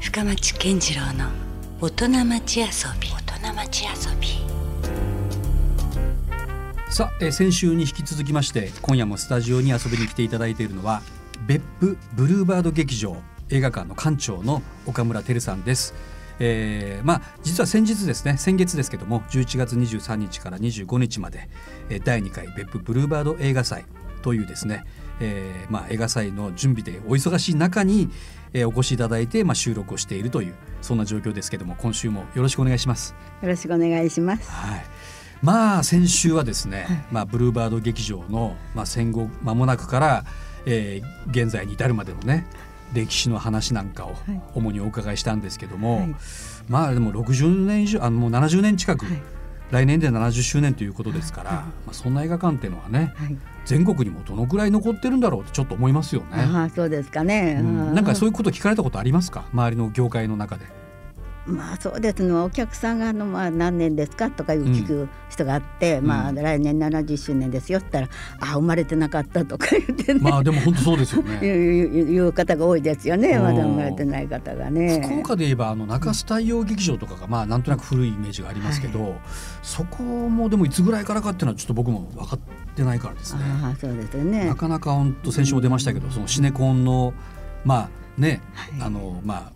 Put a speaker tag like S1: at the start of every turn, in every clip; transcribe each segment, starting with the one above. S1: 深町健次郎の大人町遊び大人町遊び
S2: さあ、えー先週に引き続きまして今夜もスタジオに遊びに来ていただいているのは別府ブルーバード劇場映画館の館長の岡村照さんです。えーまあ、実は先日ですね先月ですけども11月23日から25日まで、えー第2回別府ブルーバード映画祭というですね、えーまあ、映画祭の準備でお忙しい中に、えーお越しいただいて、まあ、収録をしているというそんな状況ですけども今週もよろしくお願いします。
S3: よろしくお願いします。
S2: はい。まあ先週はですね、まあブルーバード劇場のまあ戦後間もなくから、えー現在に至るまでのね歴史の話なんかを
S3: い
S2: 主にお伺いしたんですけども、
S3: はい
S2: まあでも60年以上あのもう70年近く、
S3: はい
S2: 来年で70周年ということですから、まあそんな映画館っていうのはね、
S3: はい。
S2: 全国にもどのくらい残ってるんだろうってちょっと思いますよね。
S3: ああ、そうですかね。
S2: うんなんかそう
S3: う
S2: いうこと聞かれたことありますか周りの業界の中 で。
S3: まあそうですのお客さんがあのまあ何年ですかとかいう聞く人があって、
S2: ん
S3: まあ来年70周年ですよって言ったら、ああ生まれてなかったとか言ってね。
S2: まあでも本当そうですよ
S3: い
S2: ね。
S3: ういういう方が多いですよね。
S2: うん
S3: まだ生まれてない方がね。
S2: 福岡で言えばあの中洲太陽劇場とかがまあなんとなく古いイメージがありますけど、そこもでもいつぐらいからかっていうのはちょっと僕も分かってないからですね。
S3: ああそうですよね
S2: な。かなか本当先週も出ましたけど、そのシネコンのまあね、
S3: はい
S2: あのま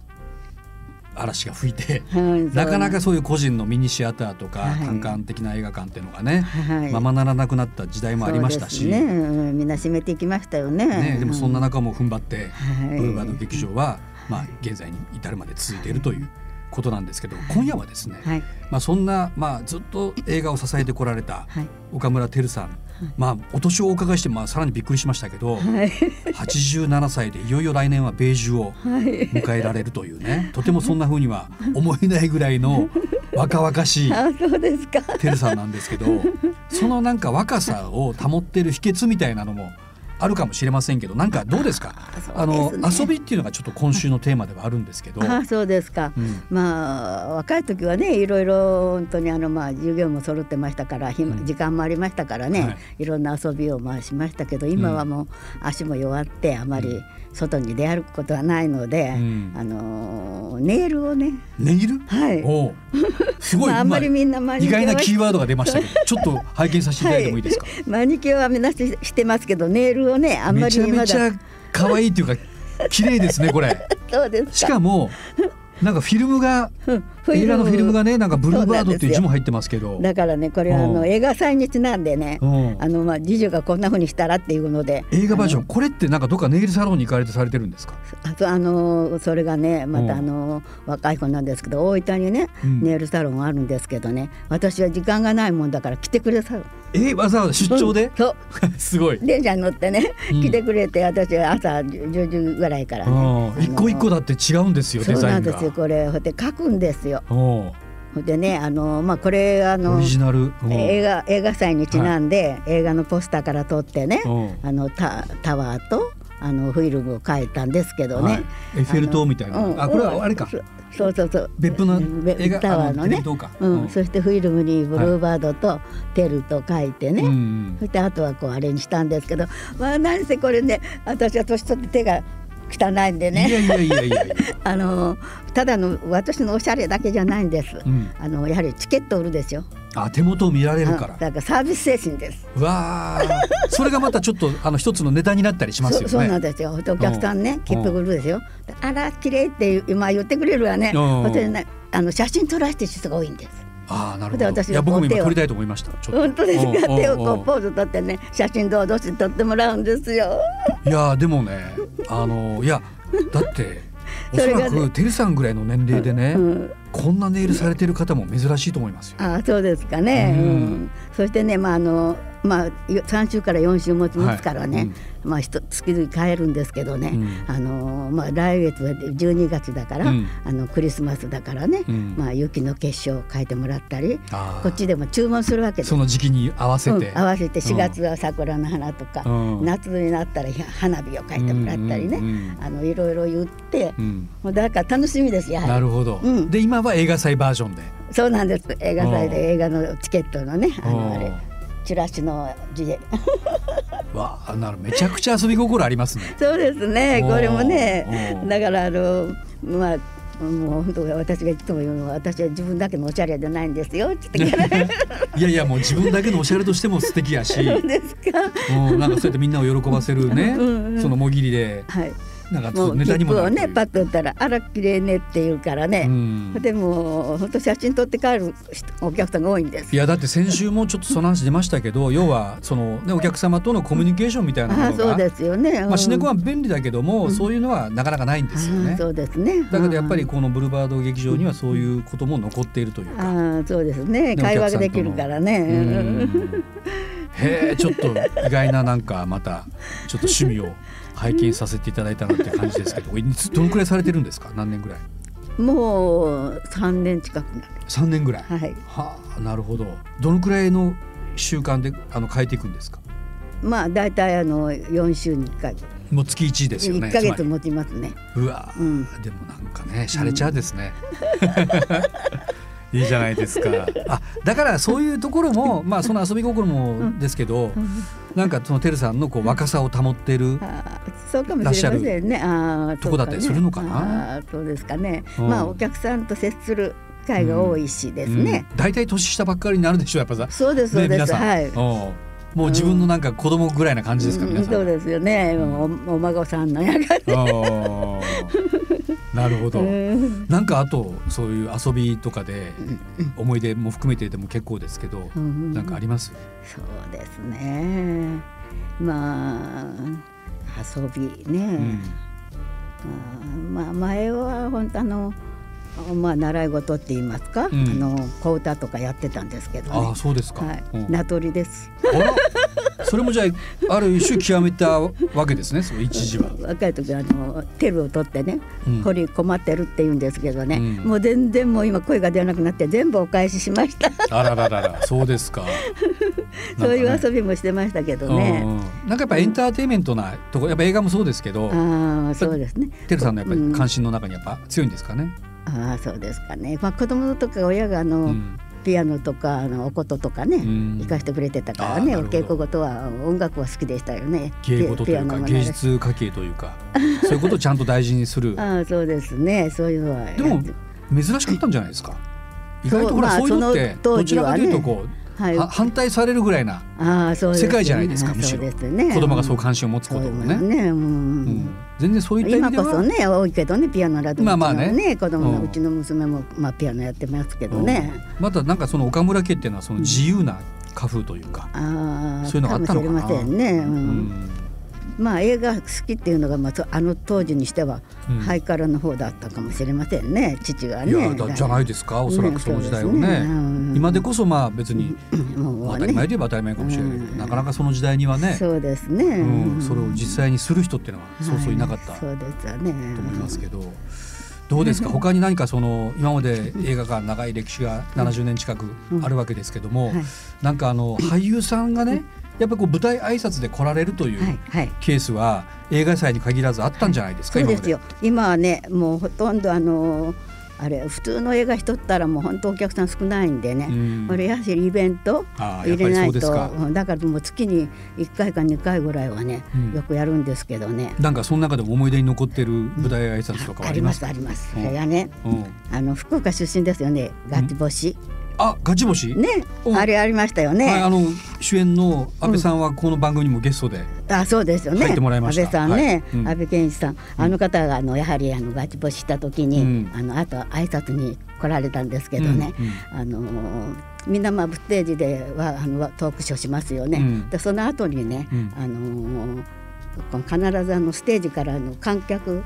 S2: あ嵐が吹いて、
S3: うん
S2: なかなかそういう個人のミニシアターとか、
S3: はい
S2: 館間的な映画館っていうのがね、
S3: はい
S2: ままならなくなった時代もありましたし、
S3: そうですね、うんみんな閉めていきましたよね。
S2: ねでもそんな
S3: う
S2: 中も踏ん張って、
S3: はい
S2: ブルーバード劇場は、まあ、現在に至るまで続いているということなんですけど、今夜はですね、
S3: はい
S2: まあ、そんな、まあ、ずっと映画を支えてこられた
S3: はい
S2: 岡村照さん、まあ、お年をお伺いして、まあ、さらにびっくりしましたけど、
S3: はい
S2: 87歳でいよいよ来年は米寿を
S3: はい。
S2: 迎えられるというねとてもそんな風には思えないぐらいの若々 しい
S3: ああそうですか。
S2: てるさんなんですけど そのなんか若さを保ってる秘訣みたいなのもあるかもしれませんけどなんかどうですかあ
S3: あそう
S2: の
S3: です
S2: 遊
S3: ね
S2: びっていうのがちょっと今週のテーマではあるんですけ ど、
S3: ああそうですか、
S2: うん
S3: まあ若い時はねいろいろ本当にあのまあ授業も揃ってましたから、暇時間もありましたからね、
S2: はい
S3: い、ろんな遊びをまあしましたけど今はもう足も弱ってあまり外に出歩くことはないので、
S2: うん
S3: あのーネイルをね
S2: ネイル
S3: はい、
S2: おうすごい、
S3: まあ、あんまりみんなマニ
S2: 意
S3: キュア
S2: 外なキー
S3: は
S2: ワードが出ましたけど ちょっと拝見させていただいてもいいですか、
S3: マニキュアはみんなししてますけどネイルをねあんま
S2: めちゃ
S3: りま
S2: め
S3: だ
S2: ちゃ可愛いっていうか綺麗ですねこれ
S3: そうですか
S2: しか もなんかフィルムが
S3: うん
S2: 映画のフィルムがねなんかブルーバードっていう字
S3: そうなんです
S2: も
S3: よ
S2: 入ってますけど
S3: だからねこれはあ
S2: う
S3: の
S2: ん
S3: 映画祭にちなんでね、
S2: うん
S3: あのまあ次女がこんな風にしたらっていうので
S2: 映画バージョンこれってなんかどっかネイルサロンに行かれてされてるんですか
S3: あとあのそれがねま
S2: う
S3: た
S2: ん
S3: あの若い子なんですけど大分にね
S2: うん
S3: ネイルサロンあるんですけどね私は時間がないもんだから来てくれさる
S2: えわざわざ出張 で、
S3: そう
S2: すごい、
S3: 電車に乗ってね
S2: うん
S3: 来てくれて私は朝10時ぐらいから
S2: う
S3: ねあ
S2: ん、
S3: の
S2: 一個一個だって違うんですよ
S3: そ
S2: デ
S3: う
S2: ザイ
S3: なん
S2: ン
S3: で
S2: が
S3: すよこれほんで書くんですよ
S2: お
S3: ほんでねあのまあこれあ
S2: オ
S3: の
S2: リジナルうん
S3: 映画映画祭にちなんで、映画のポスターから撮ってね
S2: うん
S3: あのタタワーとあのフィルムを描いたんですけどね、
S2: はいエッフェル塔みたいな
S3: うん
S2: あこれはあれか
S3: そそうそうそう
S2: 別府の
S3: べ
S2: 映画
S3: タワー
S2: あのテ
S3: の
S2: レビ
S3: ね
S2: 塔か
S3: うん
S2: うん
S3: そしてフィルムにブルーバードとテルと書いてね、
S2: うんうん
S3: そしてあとはこうあれにしたんですけどまあ何せこれね私は年取って手が汚いんで
S2: いや
S3: ね
S2: いやいやいやいや、
S3: あのただの私のおしゃれだけじゃないんです、
S2: うん、
S3: あのやはりチケット売るでしょ
S2: あ手元を見られるか
S3: あ
S2: ら
S3: だからサービス精神です
S2: うわーそれがまたちょっとあの一つのネタになったりしますよね
S3: そそうなんですよほんでお客さんね切符売るでしょであら綺麗って今言ってくれるわね
S2: うん
S3: ほんでねあの写真撮らせてる人が多いんです
S2: ああなる
S3: で
S2: ほど
S3: 私
S2: いや僕も今
S3: お手を
S2: 撮りたいと思いましたちょっと
S3: 本当ですか手を
S2: おうおうお
S3: こ
S2: う
S3: うポーズ取ってね写真どうぞって撮ってもらうんですよ
S2: いやーでもねあのいやだってお
S3: そ
S2: そ
S3: れがね
S2: らくてるさんぐらいの年齢でね、
S3: うん
S2: こんなネイルされてる方も珍しいと思いますよ。
S3: ああそうですかね、
S2: う
S3: うんんそしてねまああのまあ3週から4週持ちますからね、
S2: はい
S3: まあひと月々変えるんですけどね、
S2: うん
S3: あのまあ来月は12月だから、
S2: うん
S3: あのクリスマスだからね、
S2: うん
S3: まあ雪の結晶を書いてもらったり
S2: あー
S3: こっちでも注文するわけです
S2: その時期に合わせて、
S3: うん合わせて4月は桜の花とか、
S2: うん
S3: 夏になったら花火を描いてもらったりね、
S2: うんうんうん
S3: あのいろいろ言って
S2: う、ん
S3: もうだから楽しみですよ。
S2: なるほど、
S3: うん
S2: で今は映画祭バージョンで
S3: そうなんです映画祭
S2: うん
S3: で映画のチケットのねあ
S2: うん
S3: のあれチラシの字で
S2: わあなるめちゃくちゃ遊び心ありますね。
S3: そうですね
S2: うん
S3: これもね
S2: うん
S3: だからあのまあもう本当私がいつも言うのは私は自分だけのおしゃれじゃ ないんですよって言って
S2: いやいやもう自分だけのおしゃれとしても素敵やし
S3: ですか。
S2: もうなんかそうやってみんなを喜ばせるね
S3: うんうん
S2: そのもぎりで
S3: はい。
S2: なんかちょっと
S3: もう
S2: ネタにも
S3: 切符
S2: な
S3: を
S2: るとい
S3: ね
S2: う
S3: パッと打ったらあら綺麗ねって言うから
S2: う
S3: ね。
S2: ん
S3: でも本当写真撮って帰る人お客さんが多いんです
S2: い。やだって先週もちょっとその話出ましたけど要はその、ね、お客様とのコミュニケーションみたいなも
S3: ああ
S2: の
S3: そう
S2: が、
S3: ですよね。
S2: まあ、シネコンは
S3: は
S2: 便利だけども、
S3: ん
S2: そういうのはなかなかないんですよね。
S3: そうですね。
S2: だけどやっぱり
S3: うん。
S2: このブルーバード劇場にはそういうことも残っているというか。
S3: ああそうです
S2: ね
S3: ね。会話ができるからね。
S2: う
S3: うん
S2: んへえちょっと意外ななんかまたちょっと趣味を拝見させていただいたなって感じですけどこれいつどのくらいされてるんですか何年ぐらい
S3: もう三年近くなる。
S2: 3年ぐらい
S3: はい。
S2: はあなるほどどのくらいの習慣であの変えていくんですか
S3: まあだいたいあの四週に一回。
S2: もう月1ですよ
S3: 一
S2: ね
S3: ヶ
S2: つ
S3: 月
S2: まり
S3: 持ちますね。
S2: うわー、
S3: うん
S2: でもなんかね洒落ちゃうですね、いいじゃないですかあだからそういうところもまあその遊び心もですけど、なんかそのてるさんのこう若さを保ってる、
S3: あーそうかもしれませんね。ああ
S2: とこだったりするのかな。
S3: あーそうですかね。
S2: うん
S3: まあお客さんと接する機会が多いしですね。
S2: うん大体年下ばっかりになるでしょやっぱさ、
S3: そうですそう
S2: ね
S3: で
S2: 皆
S3: す。
S2: さん、
S3: はい。
S2: うんもう自分のなんか子供ぐらいな感じですか、
S3: うん
S2: 皆さん
S3: そうですよね。
S2: うん
S3: もうおお孫さんのやが。
S2: あーなるほど、
S3: うん
S2: なんかあとそういう遊びとかで思い出も含めてでも結構ですけど、
S3: うん
S2: なんかあります
S3: そうですね。まあ遊び
S2: う
S3: ね
S2: ん。
S3: うんまあ前は本当あの。まあ習い事って言いますか、
S2: ん
S3: あの小歌とかやってたんですけどね。
S2: ああそうですか。
S3: はい、
S2: うん
S3: 名取です。
S2: あらそれもじゃあある種極めたわけですね。その一時は。
S3: 若い時はあのテルを取ってね、
S2: うん
S3: 掘り困ってるって言うんですけどね、
S2: うん
S3: もう全然もう今声が出なくなって全部お返ししま した。
S2: あららららそうですか。
S3: そういう遊
S2: び
S3: びもしてましたけどね。。
S2: うんなんかやっぱエンターテインメントなとこやっぱ映画もそうですけど、
S3: ああそうですね。
S2: てるさんのやっぱ
S3: う
S2: り
S3: ん
S2: 関心の中にやっぱ強いんですかね。
S3: ああそうですかね。まあ子供とか親があの、
S2: うん
S3: ピアノとかあのお琴とかね、
S2: ん
S3: 行かしてくれてたから
S2: あ
S3: ね。
S2: あなる
S3: お
S2: ほど
S3: 稽古事は音楽は好きでしたよね。
S2: 芸事というか
S3: ピ
S2: 芸術家系というかそういうことをちゃんと大事にす る。
S3: ああそうですね。そういうのはやって。
S2: でも珍しかったんじゃないですか。意外とほら
S3: そう
S2: そういうのって、
S3: まあその
S2: ど
S3: 当
S2: ち
S3: 時
S2: ら
S3: は
S2: かと
S3: ね
S2: いうとこ
S3: は
S2: う、
S3: い。
S2: は反対されるぐらいな
S3: ああそうですね
S2: 世界じゃないですかむしろ
S3: ああそうですね
S2: 子供がそう関心を持つ
S3: そ
S2: こ
S3: う
S2: と
S3: で
S2: を
S3: す
S2: ね。
S3: ね。うん
S2: うん全然そういった意
S3: 今
S2: 味で
S3: こそ
S2: は、
S3: ね多いけどねピアノだと
S2: まあまあね
S3: うちの子供の
S2: うん
S3: うちの娘もまあピアノやってますけどね。
S2: うんまたなんかその岡村家っていうのはその自由な家風というか、
S3: ああ
S2: そういうのがあったのかな
S3: もしれませんね。う
S2: うんん
S3: まあ映画好きっていうのがまあそあの当時にしては
S2: うん
S3: ハイカラの方だったかもしれませんね父が
S2: い
S3: ね。
S2: やだじゃないいですかおそらくその時代を
S3: ねそうで
S2: ね
S3: すねうん
S2: 今でこそまあ別に
S3: も
S2: 当
S3: う
S2: たり前
S3: ね。
S2: といえば当たり前かもしれないけど、
S3: うん
S2: なかなかその時代にはね
S3: そうですね。
S2: うん、それを実際にする人っていうのはそうそういなかった
S3: は
S2: と
S3: そうですよね。
S2: 思いますけど。どうですか他に何かその今まで映画が長い歴史が70年近くあるわけですけども、
S3: はい
S2: なんかあの俳優さんがねやっぱこう舞台挨拶で来られるとい
S3: はいうはい。
S2: ケースは映画祭に限らずあったんじゃないですか、
S3: そう
S2: 今
S3: で
S2: ますで
S3: よ。今はねもうほとんどあのあれ普通の映画しとったらもう本当お客さん少ないんでね、
S2: うん
S3: これやはりイベント
S2: ああや
S3: 入
S2: っぱ
S3: れ
S2: り
S3: な
S2: そう
S3: い
S2: です
S3: と
S2: か
S3: うんだからもう月に1回か2回ぐらいはね、
S2: うん
S3: よくやるんですけどね
S2: なんかその中でも思い出に残ってる舞台挨拶とかは
S3: あ
S2: あ
S3: り
S2: り
S3: ま
S2: ます
S3: す
S2: か
S3: あります、
S2: うん
S3: それがね
S2: うん
S3: あの福岡出身ですよねガチ星、
S2: あガチ星、
S3: ね
S2: うん
S3: あれありましたよね、
S2: はい、あの主演の安倍さんはこの番組にもゲストで、
S3: あそうですよね
S2: 入ってもらいました
S3: 安倍さんね、
S2: はいうん
S3: 安倍健一さんあの方があのやはりあのガチボシした時に、
S2: うん
S3: あのあと挨拶に来られたんですけどね、あのーみんなまあステージではあのトークショーしますよね、
S2: うん
S3: でその後にね、
S2: うん
S3: あのーこの必ずあのステージからあの観客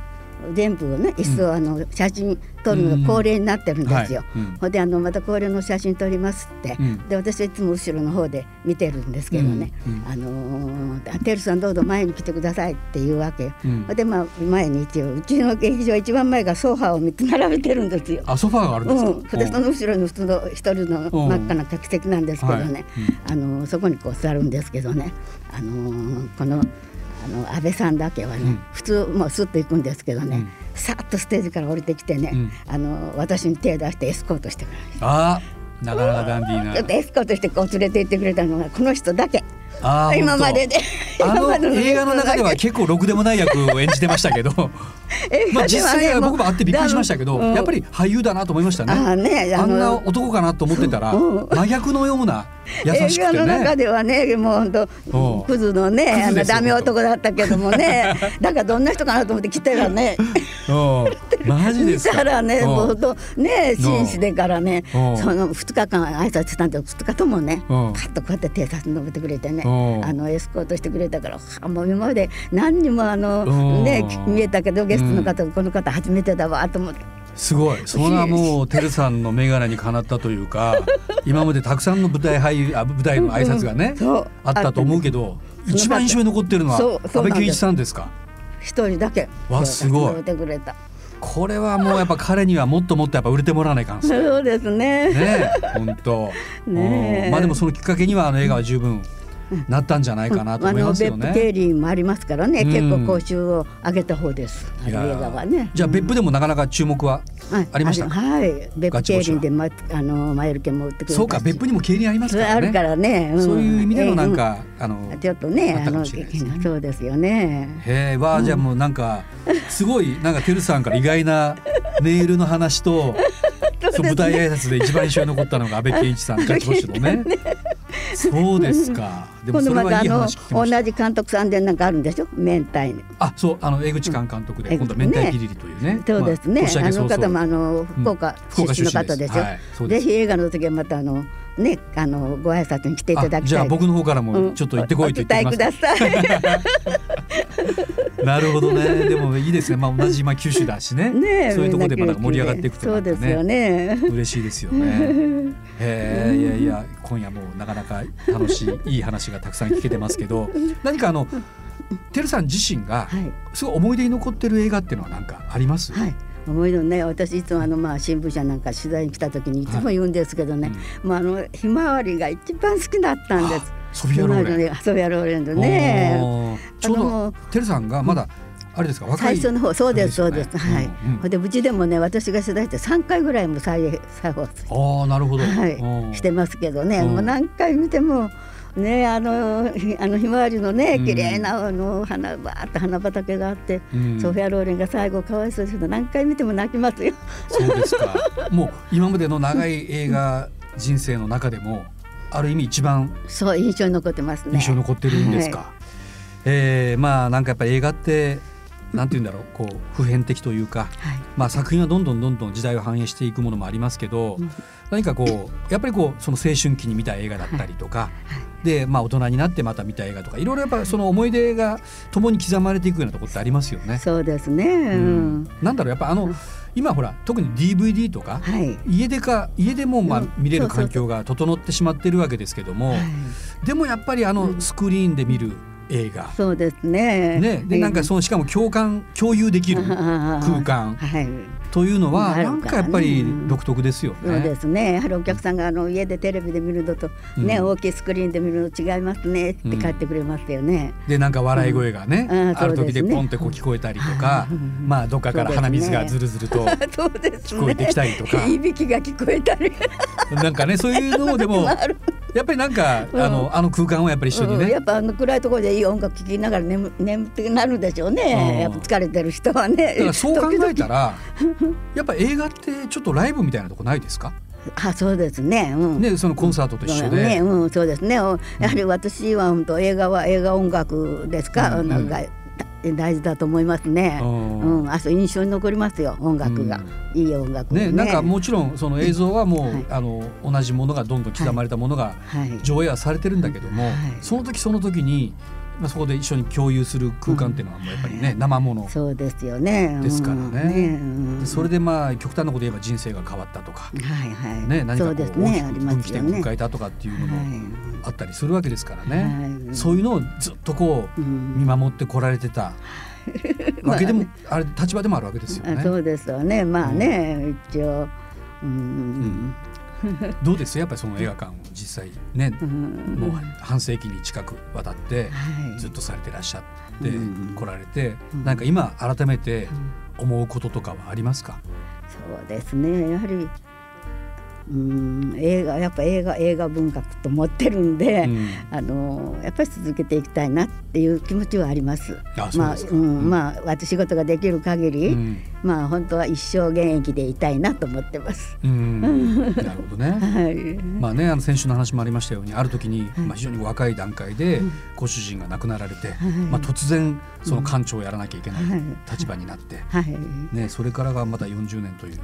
S3: 全部をね椅子をあの写真撮るのが恒例になってるんですよ。
S2: はいうん
S3: ほんであのまた恒例の写真撮りますって、
S2: うん
S3: で私はいつも後ろの方で見てるんですけどね「
S2: うんうん
S3: あのーあテルさんどうぞ前に来てください」っていうわけよ。
S2: うん
S3: ほんでまあ前に一応うちの劇場一番前がソファーを3つ並べてるんですよ。
S2: あソファーがあるんですか、
S3: うん、でその後ろに普通の一人の真っ赤な客席なんですけどね、
S2: うんはい
S3: あのそこにこう座るんですけどね、あのーこのあの安倍さんだけはね、
S2: うん
S3: 普通もうスッと行くんですけどね、
S2: うん
S3: さっとステージから降りてきてね、
S2: うん
S3: あの私に手を出してエスコートしてくれまし
S2: あーなかなかダンディー
S3: た
S2: な
S3: ちょっとエスコートしてこう連れて行ってくれたのがこの人だけ。
S2: あー
S3: 今までで
S2: あ
S3: 今
S2: の
S3: まで
S2: 映画の中では結構ろくでもない役を演じてましたけ ど
S3: 映
S2: まあ
S3: 画
S2: 実
S3: ではね
S2: 際は
S3: もう
S2: 僕も会ってびっくりしましたけど、
S3: うん
S2: やっぱり俳優だなと思いましたね。
S3: あーね
S2: あ
S3: あ
S2: んな
S3: の
S2: 男かなと思ってたら、
S3: うん
S2: 真逆のような優
S3: 映
S2: しく
S3: 画
S2: て
S3: の中
S2: ね。
S3: ではねもう本
S2: お
S3: 当
S2: う
S3: クズのねあ
S2: クズで
S3: の
S2: すよ
S3: ダメ男だったけど もねだからどんな人かなと思って来てたらね
S2: うん、マジで
S3: 見
S2: すか。
S3: たらね
S2: うん
S3: もう本当ね紳士でからね
S2: おう
S3: その2日間挨拶したんで2日ともねカ
S2: おう
S3: ッとこうやって手差し伸べてくれてね
S2: おう
S3: あのエスコートしてくれたからあもう今まで何にもあ
S2: おう
S3: のね見えたけどゲストの方この方初めてだわと思って。
S2: すごい。それは もうてるさんの眼鏡にかなったというか、今までたくさんの舞台俳優あ舞台の挨拶がね、
S3: そう
S2: あったと思うけど、
S3: ね
S2: 一番印象に残ってるのは
S3: そう
S2: 安
S3: そう
S2: 倍
S3: なんです
S2: 圭一さんですか。
S3: 一人だけ
S2: わすごい
S3: 手を差し伸べてくれた
S2: これはもうやっぱ彼にはもっともっとやっぱ売れてもらわないかん ですね。
S3: そうですね
S2: ねえ、本当。
S3: ねえ
S2: うんまあでもそのきっかけにはあの映画は十分なったんじゃないかなと
S3: あ
S2: 思い
S3: の
S2: ます
S3: 別
S2: よ
S3: 府
S2: ね。
S3: 定理もありますからね、
S2: うん
S3: 結構講習を上げた方ですあ
S2: いや
S3: の
S2: ー
S3: 映画はね
S2: じゃあ別府でもなかなか注目は
S3: はい
S2: ありました。
S3: のはい別府定理で、ま、あのマイルケも売ってくれたし
S2: そうか別府にも経理あります
S3: そ
S2: から
S3: れあ
S2: ね。
S3: るからね、ん
S2: そういう意味でのなん、か、あの
S3: ええうんちょっと
S2: あ
S3: ね
S2: っ
S3: あ
S2: たか
S3: の
S2: もしれないですね
S3: そうですよね
S2: へえわあじゃあもうなんかすごいなんかてるさんから意外なメールの話 とそう舞台挨拶で一番印象に残ったのが安倍健一さんジャッジボッシュ のね。そうですか。でも
S3: 今
S2: そ
S3: 度
S2: れ
S3: ま
S2: は
S3: た
S2: い
S3: あ
S2: い
S3: の
S2: 話聞きました。
S3: 同じ監督さんでなんかあるんでしょ明太に
S2: あ、そう、あの江口寛監督で、
S3: うん
S2: 今度
S3: 江
S2: 明
S3: 口
S2: 太
S3: ね
S2: キリリというね。
S3: そうですね、
S2: まあ年明
S3: あ
S2: け早
S3: の方も
S2: 々
S3: あの
S2: うん
S3: 福岡
S2: 福岡
S3: 出身の
S2: 出
S3: 方
S2: 身で
S3: ですすよ、
S2: はいそうで
S3: ぜ
S2: す
S3: ひ映画の時はまたあのねあのご挨拶に来ていただ
S2: あ
S3: きたい
S2: じゃあ僕の方から
S3: う
S2: も
S3: ん
S2: ちょっと行ってこいと言ってき
S3: お
S2: ま
S3: お
S2: す
S3: 伝えください
S2: なるほどねでもいいですねまあ同じまあ九州だしね
S3: ねえ
S2: そういうところでまだ盛り上がっていくと
S3: そうですよね
S2: 嬉しいですよ ね。へえいやいや今夜もなかなか楽しいいい話がたくさん聞けてますけ ど何かあのてるさん自身が
S3: はい
S2: すごい思い出に残ってる映画っていうのは何かあります、
S3: はい思いのね私いつもあのまあ新聞社なんか取材に来た時にいつも言うんですけどね、まああのひまわりが一番好きだったんです
S2: あソフィアローレン
S3: ンソフィアローレンドね
S2: おーちょう
S3: あの
S2: どてるさんがまだあれですか若
S3: 最
S2: い
S3: 初の方そうです
S2: あ
S3: そう
S2: れ
S3: で
S2: よ
S3: す
S2: ね
S3: はい、
S2: うん
S3: ほんでうちでもね私が取材して3回ぐらいも再再放送
S2: うんああなるほど、
S3: はい、して
S2: ま
S3: ますけどね、
S2: うん
S3: もう何回見ても。ね、あのひあのひまわりのね
S2: うん
S3: 綺麗なあの花ばーっと花畑があって、
S2: うん
S3: ソフィア・ローレンが最後かわいそうですけど何回見ても泣きますよ。
S2: そうですか。もう今までの長い映画人生の中でも、ある意味一番
S3: そう印象に残ってますね。
S2: 印象に残ってるんですか。
S3: は
S2: えーまあなんかやっぱ映画ってなんて言うんだろう、こう普遍的というか、
S3: はい
S2: まあ作品はどんどんどんどん時代を反映していくものもありますけど、何かこうやっぱりこうその青春期に見た映画だったりとか。でまあ、大人になってまた見た映画とかいろいろやっぱその思い出が共に刻まれていくようなところってありますよね。
S3: そうですね。う
S2: うん
S3: ん、
S2: なんだろうやっぱあの今ほら特に DVD とか、
S3: はい。
S2: 家でか家でもまあ
S3: うん
S2: 見れる
S3: そうそうそう
S2: 環境が整ってしまってるわけですけども、でもやっぱりあのスクリーンで見る映画、
S3: そうですね。
S2: ね、でなんかそのしかも共感共有できる空
S3: 空
S2: 間
S3: はい。
S2: というのは
S3: あ
S2: な
S3: るから
S2: んかやっぱり独特ですよ
S3: そうで
S2: ね。
S3: すね。やはりお客さんがあの家でテレビで見るのと、ね、
S2: うん
S3: 大きいスクリーンで見るの違いますねって帰ってくれますよね。
S2: でなんか笑い声がね、
S3: うんうん
S2: ある
S3: そう
S2: 時
S3: ですね
S2: でポンってこう聞こえたりとか、
S3: うん
S2: まあどっかから鼻水がズルズルと、
S3: そうです
S2: 聞
S3: ね。
S2: こえてきたりとか
S3: いびきが聞こえたり。
S2: なんかねそういうのもで も
S3: ある
S2: やっぱりなんか、あのあの空間はやっぱり一緒に
S3: うん
S2: ね
S3: やっぱあの暗いところでいい音楽聴きながら眠眠ってなるでしょう
S2: うん
S3: ね。やっぱ疲れてる人はね。
S2: だからそう考えた
S3: ら。
S2: らやっぱ映画ってちょっとライブみたいなとこないですか、
S3: あ、そうですね。うん。
S2: ね、そのコンサートと一緒で、
S3: ね、うん、そうですね。おやはり私は本当映画は映画音楽ですか、
S2: うん
S3: あ
S2: うん
S3: のが大大事だと思いますね。
S2: う
S3: うんん、あそう印象に残りますよ音楽が、いい音楽を
S2: ね
S3: ね。
S2: なんかもちろんその映像はもう、
S3: はい
S2: あの同じものがどんどん刻まれたものが
S3: はい。
S2: 上映はされてるんだけども、
S3: はい
S2: その時その時に、まあ、そこで一緒に共有する空間っていうのはもうやっぱりね、
S3: はい
S2: 生もの
S3: そうですよね。
S2: ですから
S3: うん
S2: ね
S3: うん
S2: それでまあ極端なこと言えば人生が変わったとか、
S3: はいはい。
S2: ね、何か
S3: そ
S2: こ
S3: う
S2: う大
S3: です
S2: き
S3: ね。あ
S2: く
S3: りま
S2: 分
S3: す
S2: 岐
S3: よ
S2: 点を
S3: ね。
S2: 迎えたとかっていうのも
S3: は
S2: あったりするわけですからね、
S3: はい
S2: そういうのをずっとこう
S3: いうん
S2: 見守ってこられて たわけでも、あれ立場でもあるわけですよ
S3: あ
S2: ね。
S3: そうですよね。まあね、一応。うん
S2: どうですやっぱりその映画館を実際ね、
S3: うん
S2: もう半世紀に近くわたって
S3: はい
S2: ずっとされてらっしゃって
S3: うん
S2: 来られて、なんか今改めて思うこととかはありますか、
S3: そうですねやはりうん映画やっぱ映画映画文学と思ってるんで、
S2: うん
S3: あのやっぱり続けていきたいなっていう気持ちはあります。
S2: あそう
S3: ま
S2: で
S3: あ、
S2: すか
S3: うん、まあ、私仕事ができる限り、
S2: うん
S3: まあ、本当は一生現役でいたいなと思ってます。
S2: うんなるほどね。
S3: はい。
S2: まあね、あの先週の話もありましたようにある時に、まあ、非常にお若い段階でご主人が亡くなられて、まあ、突然その館長をやらなきゃいけない
S3: はい
S2: 立場になって、
S3: はい。
S2: ね、それからがまた40年という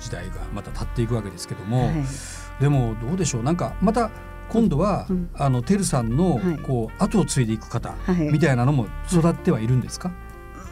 S2: 時代がまた経っていくわけですけども、
S3: はい
S2: でもどうでしょうなんかまた今度は、あのてるさんの
S3: はい
S2: こう後を継いでいく方
S3: はい
S2: みたいなのも育ってはいるんですか、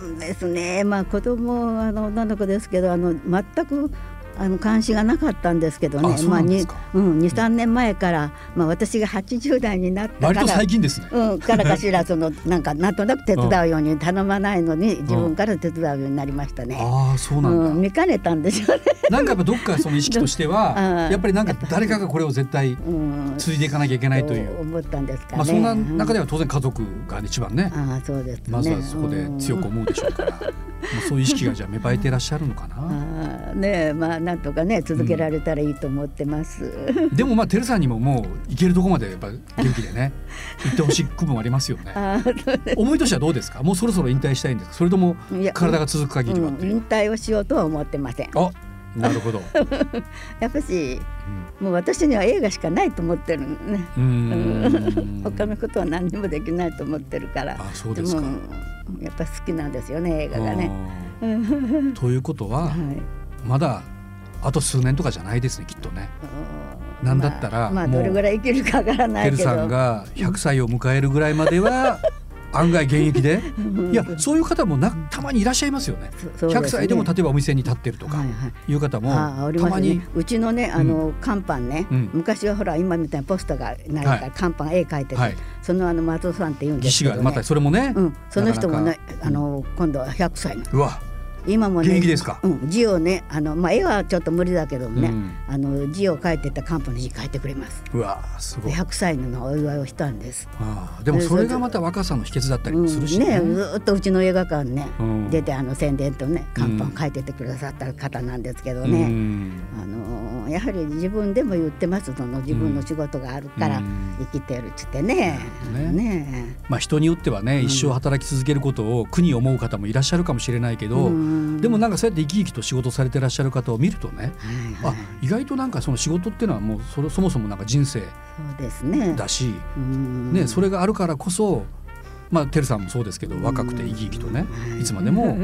S3: うんですね。まあ、子供、あの、女の子ですけど、あの、全く。あの監視がなかったんですけどね、
S2: あそうな
S3: まあ、
S2: んで
S3: に
S2: すか、
S3: うん、二三年前から、まあ、私が80代になったか
S2: 割と
S3: ら。
S2: 最近ですね。
S3: うん、からかしら、その、なんか、なんとなく手伝うように、頼まないのに、自分から手伝うようになりましたね。
S2: ああそう
S3: う
S2: なんだ、
S3: ん、見かねたんでしょうね。
S2: なんかやっぱどっかその意識として は
S3: あー
S2: やっぱりなんか誰かがこれを絶対
S3: うん、
S2: 継いでいかなきゃいけないという
S3: そ思ったんですかね。
S2: まあ、そんな中では当然家族が一番ね、
S3: ああそうですね。
S2: まずはそこで強く
S3: うん
S2: 思うでしょうから、もうそういう意識がじゃあ芽生えていらっしゃるのかな。
S3: ああねえまあなんとかね続けられたらいいと思ってます。
S2: でもまあテルさんにももう行けるとこまでやっぱ元気でね行ってほしい部分もありますよね。
S3: ああそう
S2: 思いとしてはどうですか。もうそろそろ引退したいんですか。それとも
S3: いや
S2: 体が続く限りはって
S3: うん
S2: いう。
S3: 引退をしようとは思ってません。
S2: あ、なるほ ど。
S3: やっぱしもう私には映画しかないと思ってるのね。
S2: うーん。
S3: 他のことは何にもできないと思ってるから。
S2: あそうですか
S3: もやっぱ好きなんですよね映画がね。
S2: あーということは
S3: はい。
S2: まだあと数年とかじゃないですねきっとね。
S3: うん
S2: なんだったら
S3: まあまあ
S2: もう
S3: どれぐらい生きるかわからない
S2: て
S3: け
S2: る
S3: ど。
S2: さんが100歳を迎えるぐらいまでは案外現役でいやそういう方もなたまにいらっしゃいますよね
S3: そそうです
S2: 100
S3: ね
S2: 歳でも例えばお店に立ってるとか
S3: はいはい
S2: いう方も
S3: ああり
S2: た
S3: ま
S2: ますに
S3: ね。うちのねあの、看板ね、
S2: うん
S3: 昔はほら今みたいにポストがないから、
S2: はい
S3: 看板絵描いてる、
S2: はい
S3: そのあの松尾さんって言うんで
S2: 技
S3: す
S2: 師
S3: けど、ね、
S2: がまたそれもね
S3: うん、その人も
S2: な
S3: ね
S2: か
S3: あの今度は100歳の
S2: うわ
S3: 今もね
S2: 元気ですか
S3: うん、字をねあの、まあ、絵はちょっと無理だけどもね、
S2: うん
S3: あの字を書いてた看板の字書いてくれます
S2: うわすごい
S3: 100歳のお祝いをしたんです、
S2: ああでもそれがまた若さの秘訣だったり
S3: う
S2: も
S3: ん、
S2: するし
S3: ねずーっとうちの映画館ね、
S2: うん
S3: 出てあの宣伝とね看板書いててくださった方なんですけどね、
S2: うん
S3: あのーやはり自分でも言ってますその自分の仕事があるから
S2: うん
S3: 生きてるっつってね。
S2: なるほどね
S3: ね
S2: まあ人によってはね一生働き続けることを苦に思う方もいらっしゃるかもしれないけど
S3: うん
S2: でもなんかそうやって生き生きと仕事されてらっしゃる方を見るとね
S3: えはいは
S2: あ
S3: い、
S2: 意外となんかその仕事っていうのはもうそれそもそもなんか人生
S3: そうですね。
S2: だし、
S3: うん
S2: ね、それがあるからこそまあてるさんもそうですけど若くて生き生きとねいつまでも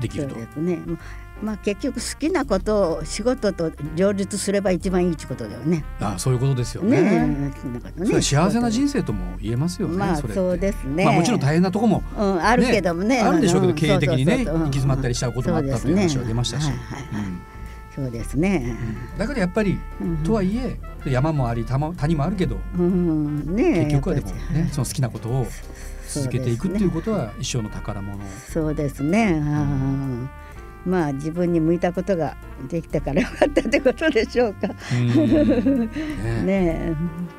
S2: でき
S3: そ
S2: る
S3: う
S2: と。
S3: ですね。ままあ結局好きなことを仕事と両立すれば一番いいってことだよね。
S2: あそういうことですよ
S3: ね
S2: ね。
S3: え好きなこと
S2: それ
S3: ね
S2: は幸せな人生とも言えますよね。
S3: まあ
S2: れって
S3: そうですね
S2: まあ、もちろん大変なとこも、
S3: うんあるけどもね
S2: あるでしょうけど
S3: ん
S2: 経営的にね
S3: そうそうそう
S2: 行き詰まったりしたこともあったという話は出ましたし
S3: そうですねはいはいはい
S2: うん
S3: そうですね。
S2: だからやっぱり、とはいえ山もありたま谷もあるけど
S3: うんねえ
S2: 結局はでも
S3: やっぱり
S2: ねその好きなことを続けていくっていうことは一生の宝 物。
S3: そうですね。うんまあ自分に向いたことができたからよかったってことでしょうか。
S2: うんね
S3: ね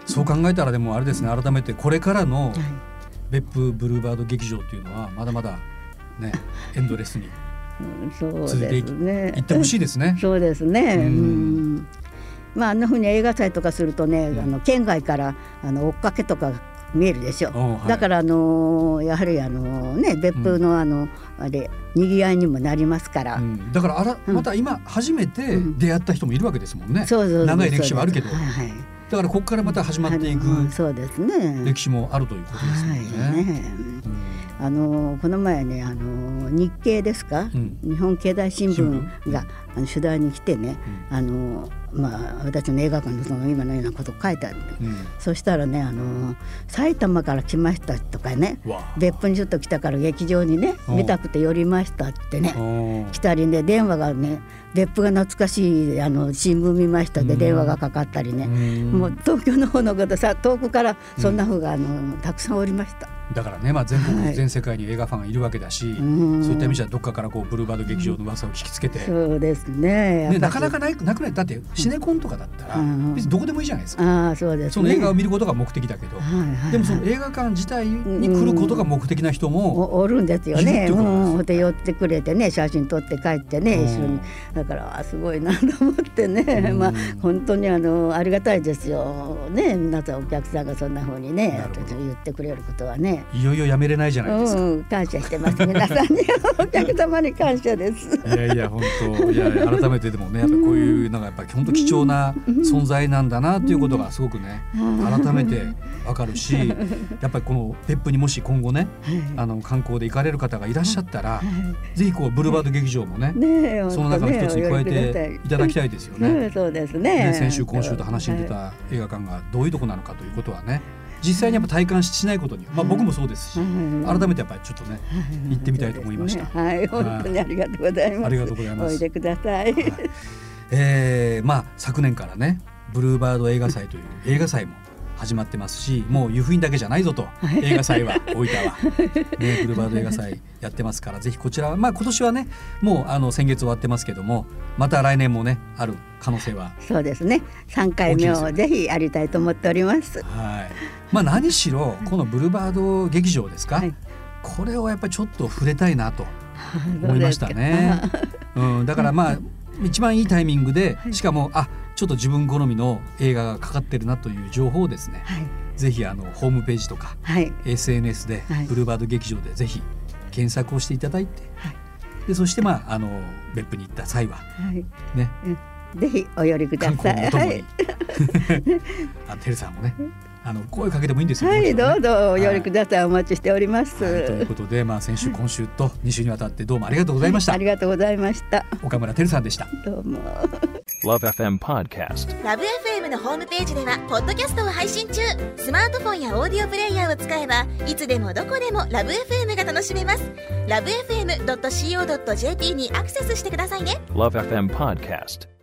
S2: そう考えたらでもあれですね改めてこれからの
S3: え。
S2: 別府ブルーバード劇場っていうのはまだまだ ねエンドレスに
S3: うんそう
S2: 続いて
S3: で
S2: い
S3: すね。
S2: 行ってほしいですね。
S3: そうですね。
S2: うん
S3: うんまああんなふうに映画祭とかするとね、
S2: ん
S3: あの県外からあの追っかけとかが見えるでしょ
S2: おうはい
S3: だからあのーやはりあのーね別府のあの、あれ賑わいにもなりますから。
S2: うん、だからあらまた今初めて出会った人もいるわけですもんね、
S3: そうそうそう
S2: 長い歴史はあるけど、
S3: そうですはいはい
S2: だからここからまた始まっていく
S3: あのそうですね。
S2: 歴史もあるということですも
S3: は
S2: ん
S3: い
S2: ね。
S3: ねあのこの前ねあの日経ですか、
S2: うん
S3: 日本経済新
S2: 新
S3: 聞があの取材に来てね、あのまあ、私の映画館のその今のようなことを書いてあるんで、
S2: うん
S3: そしたらねあの埼玉から来ましたとかね
S2: わあ
S3: 別府にちょっと来たから劇場にね
S2: うん
S3: 見たくて寄りましたってね
S2: うんおー
S3: 来たりね電話がね別府が懐かしいあの新聞見ましたで電話がかかったりね、
S2: うん
S3: もう東京の方の方さ遠くからそんな方があの、たくさんおりました。
S2: だからね、まあ、全国、
S3: はい
S2: 全世界に映画ファンがいるわけだし、
S3: ん
S2: そういった意味じゃどっかからこうブルーバード劇場の噂を聞きつけて、
S3: そうですねやっぱ
S2: ね、
S3: り
S2: なかなかないなくないだってシネコンとかだったら
S3: うん
S2: 別にどこでもいいじゃないですか、
S3: ああそうですね
S2: その映画を見ることが目的だけど、
S3: はいはい
S2: でもその映画館自体に来ることが目的な人も、
S3: おおるんですよ
S2: いるっ
S3: ね。
S2: てこと
S3: う
S2: なんですよ
S3: ん、ほんで寄ってくれてね写真撮って帰ってね、
S2: うん
S3: 一緒にだからあすごいなと思ってね、
S2: うん
S3: まあ本当にあのありがたいですよね皆さんお客さんがそんな風にね
S2: なるほど
S3: 言ってくれることはね。
S2: いよいよやめれないじゃ
S3: う
S2: ないですか。
S3: ん、感謝してます皆さん にお客様に感謝です。
S2: いやいや本当いや改めてでもねやっぱこういうのがやっぱ本当貴重な存在なんだなっていうことがすごくね改めてわかるしやっぱりこの別府にもし今後ねあの観光で行かれる方がいらっしゃったらぜひこうブルーバード劇場もね
S3: ねえ、
S2: その中の一つに加えていただき
S3: い
S2: たいですよ
S3: ねお寄り
S2: ね
S3: ください。うん。そうです
S2: ね
S3: ね。
S2: 先週今週と話に出た映画館がどういうとこなのかということはね実際にやっぱ体感しないことに、まあ、僕もそうですし
S3: うん
S2: 改めてやっぱりちょっとね行ってみたいと思いました
S3: そうです。ねはい、本当にありがとうございます。
S2: ありがとうございます
S3: おいでください。
S2: えーまあ昨年からねブルーバード映画祭という映画祭も始まってますしもう湯布院だけじゃないぞと映画祭は 大分は、ね、ブルーバード映画祭やってますからぜひこちらはまあ今年はねもうあの先月終わってますけどもまた来年もねある可能性は
S3: そうですね。三回目をぜひやりたいと思っております。
S2: はいまあ何しろこのブルーバード劇場ですか、
S3: はい
S2: これをやっぱりちょっと触れたいなと思いました ね。うん、だからまあ一番いいタイミングでしかもあちょっと自分好みの映画がかかってるなという情報をですね
S3: はい、
S2: ぜひあのホームページとか
S3: はい、
S2: SNS で
S3: はい
S2: ブルーバード劇場でぜひ検索をしていただいて
S3: はい
S2: でそしてまああの別府に行った際は
S3: はい。
S2: ね
S3: ぜひお寄りくだ
S2: 観
S3: さ
S2: 光のお
S3: い。
S2: 供
S3: は
S2: に、
S3: い、
S2: あてるさんもねあの声かけてもいいんですよ、
S3: は
S2: もち
S3: い、
S2: ろんね
S3: どうぞお寄りく
S2: はい
S3: ださい。お待ちしております。
S2: はいということで、まあ、先週今週と2週にわたってどうもありがとうございました、
S3: ありがとうございました。
S2: 岡村てるさんでした
S3: どうも。
S4: Love FM Podcast.
S5: ラブ f m のホームページではポッドキャストを配信中スマートフォンやオーディオプレイヤーを使えばいつでもどこでもラブ f m が楽しめますラブ FM.co.jp にアクセスしてくださいね
S4: Love FM Podcast.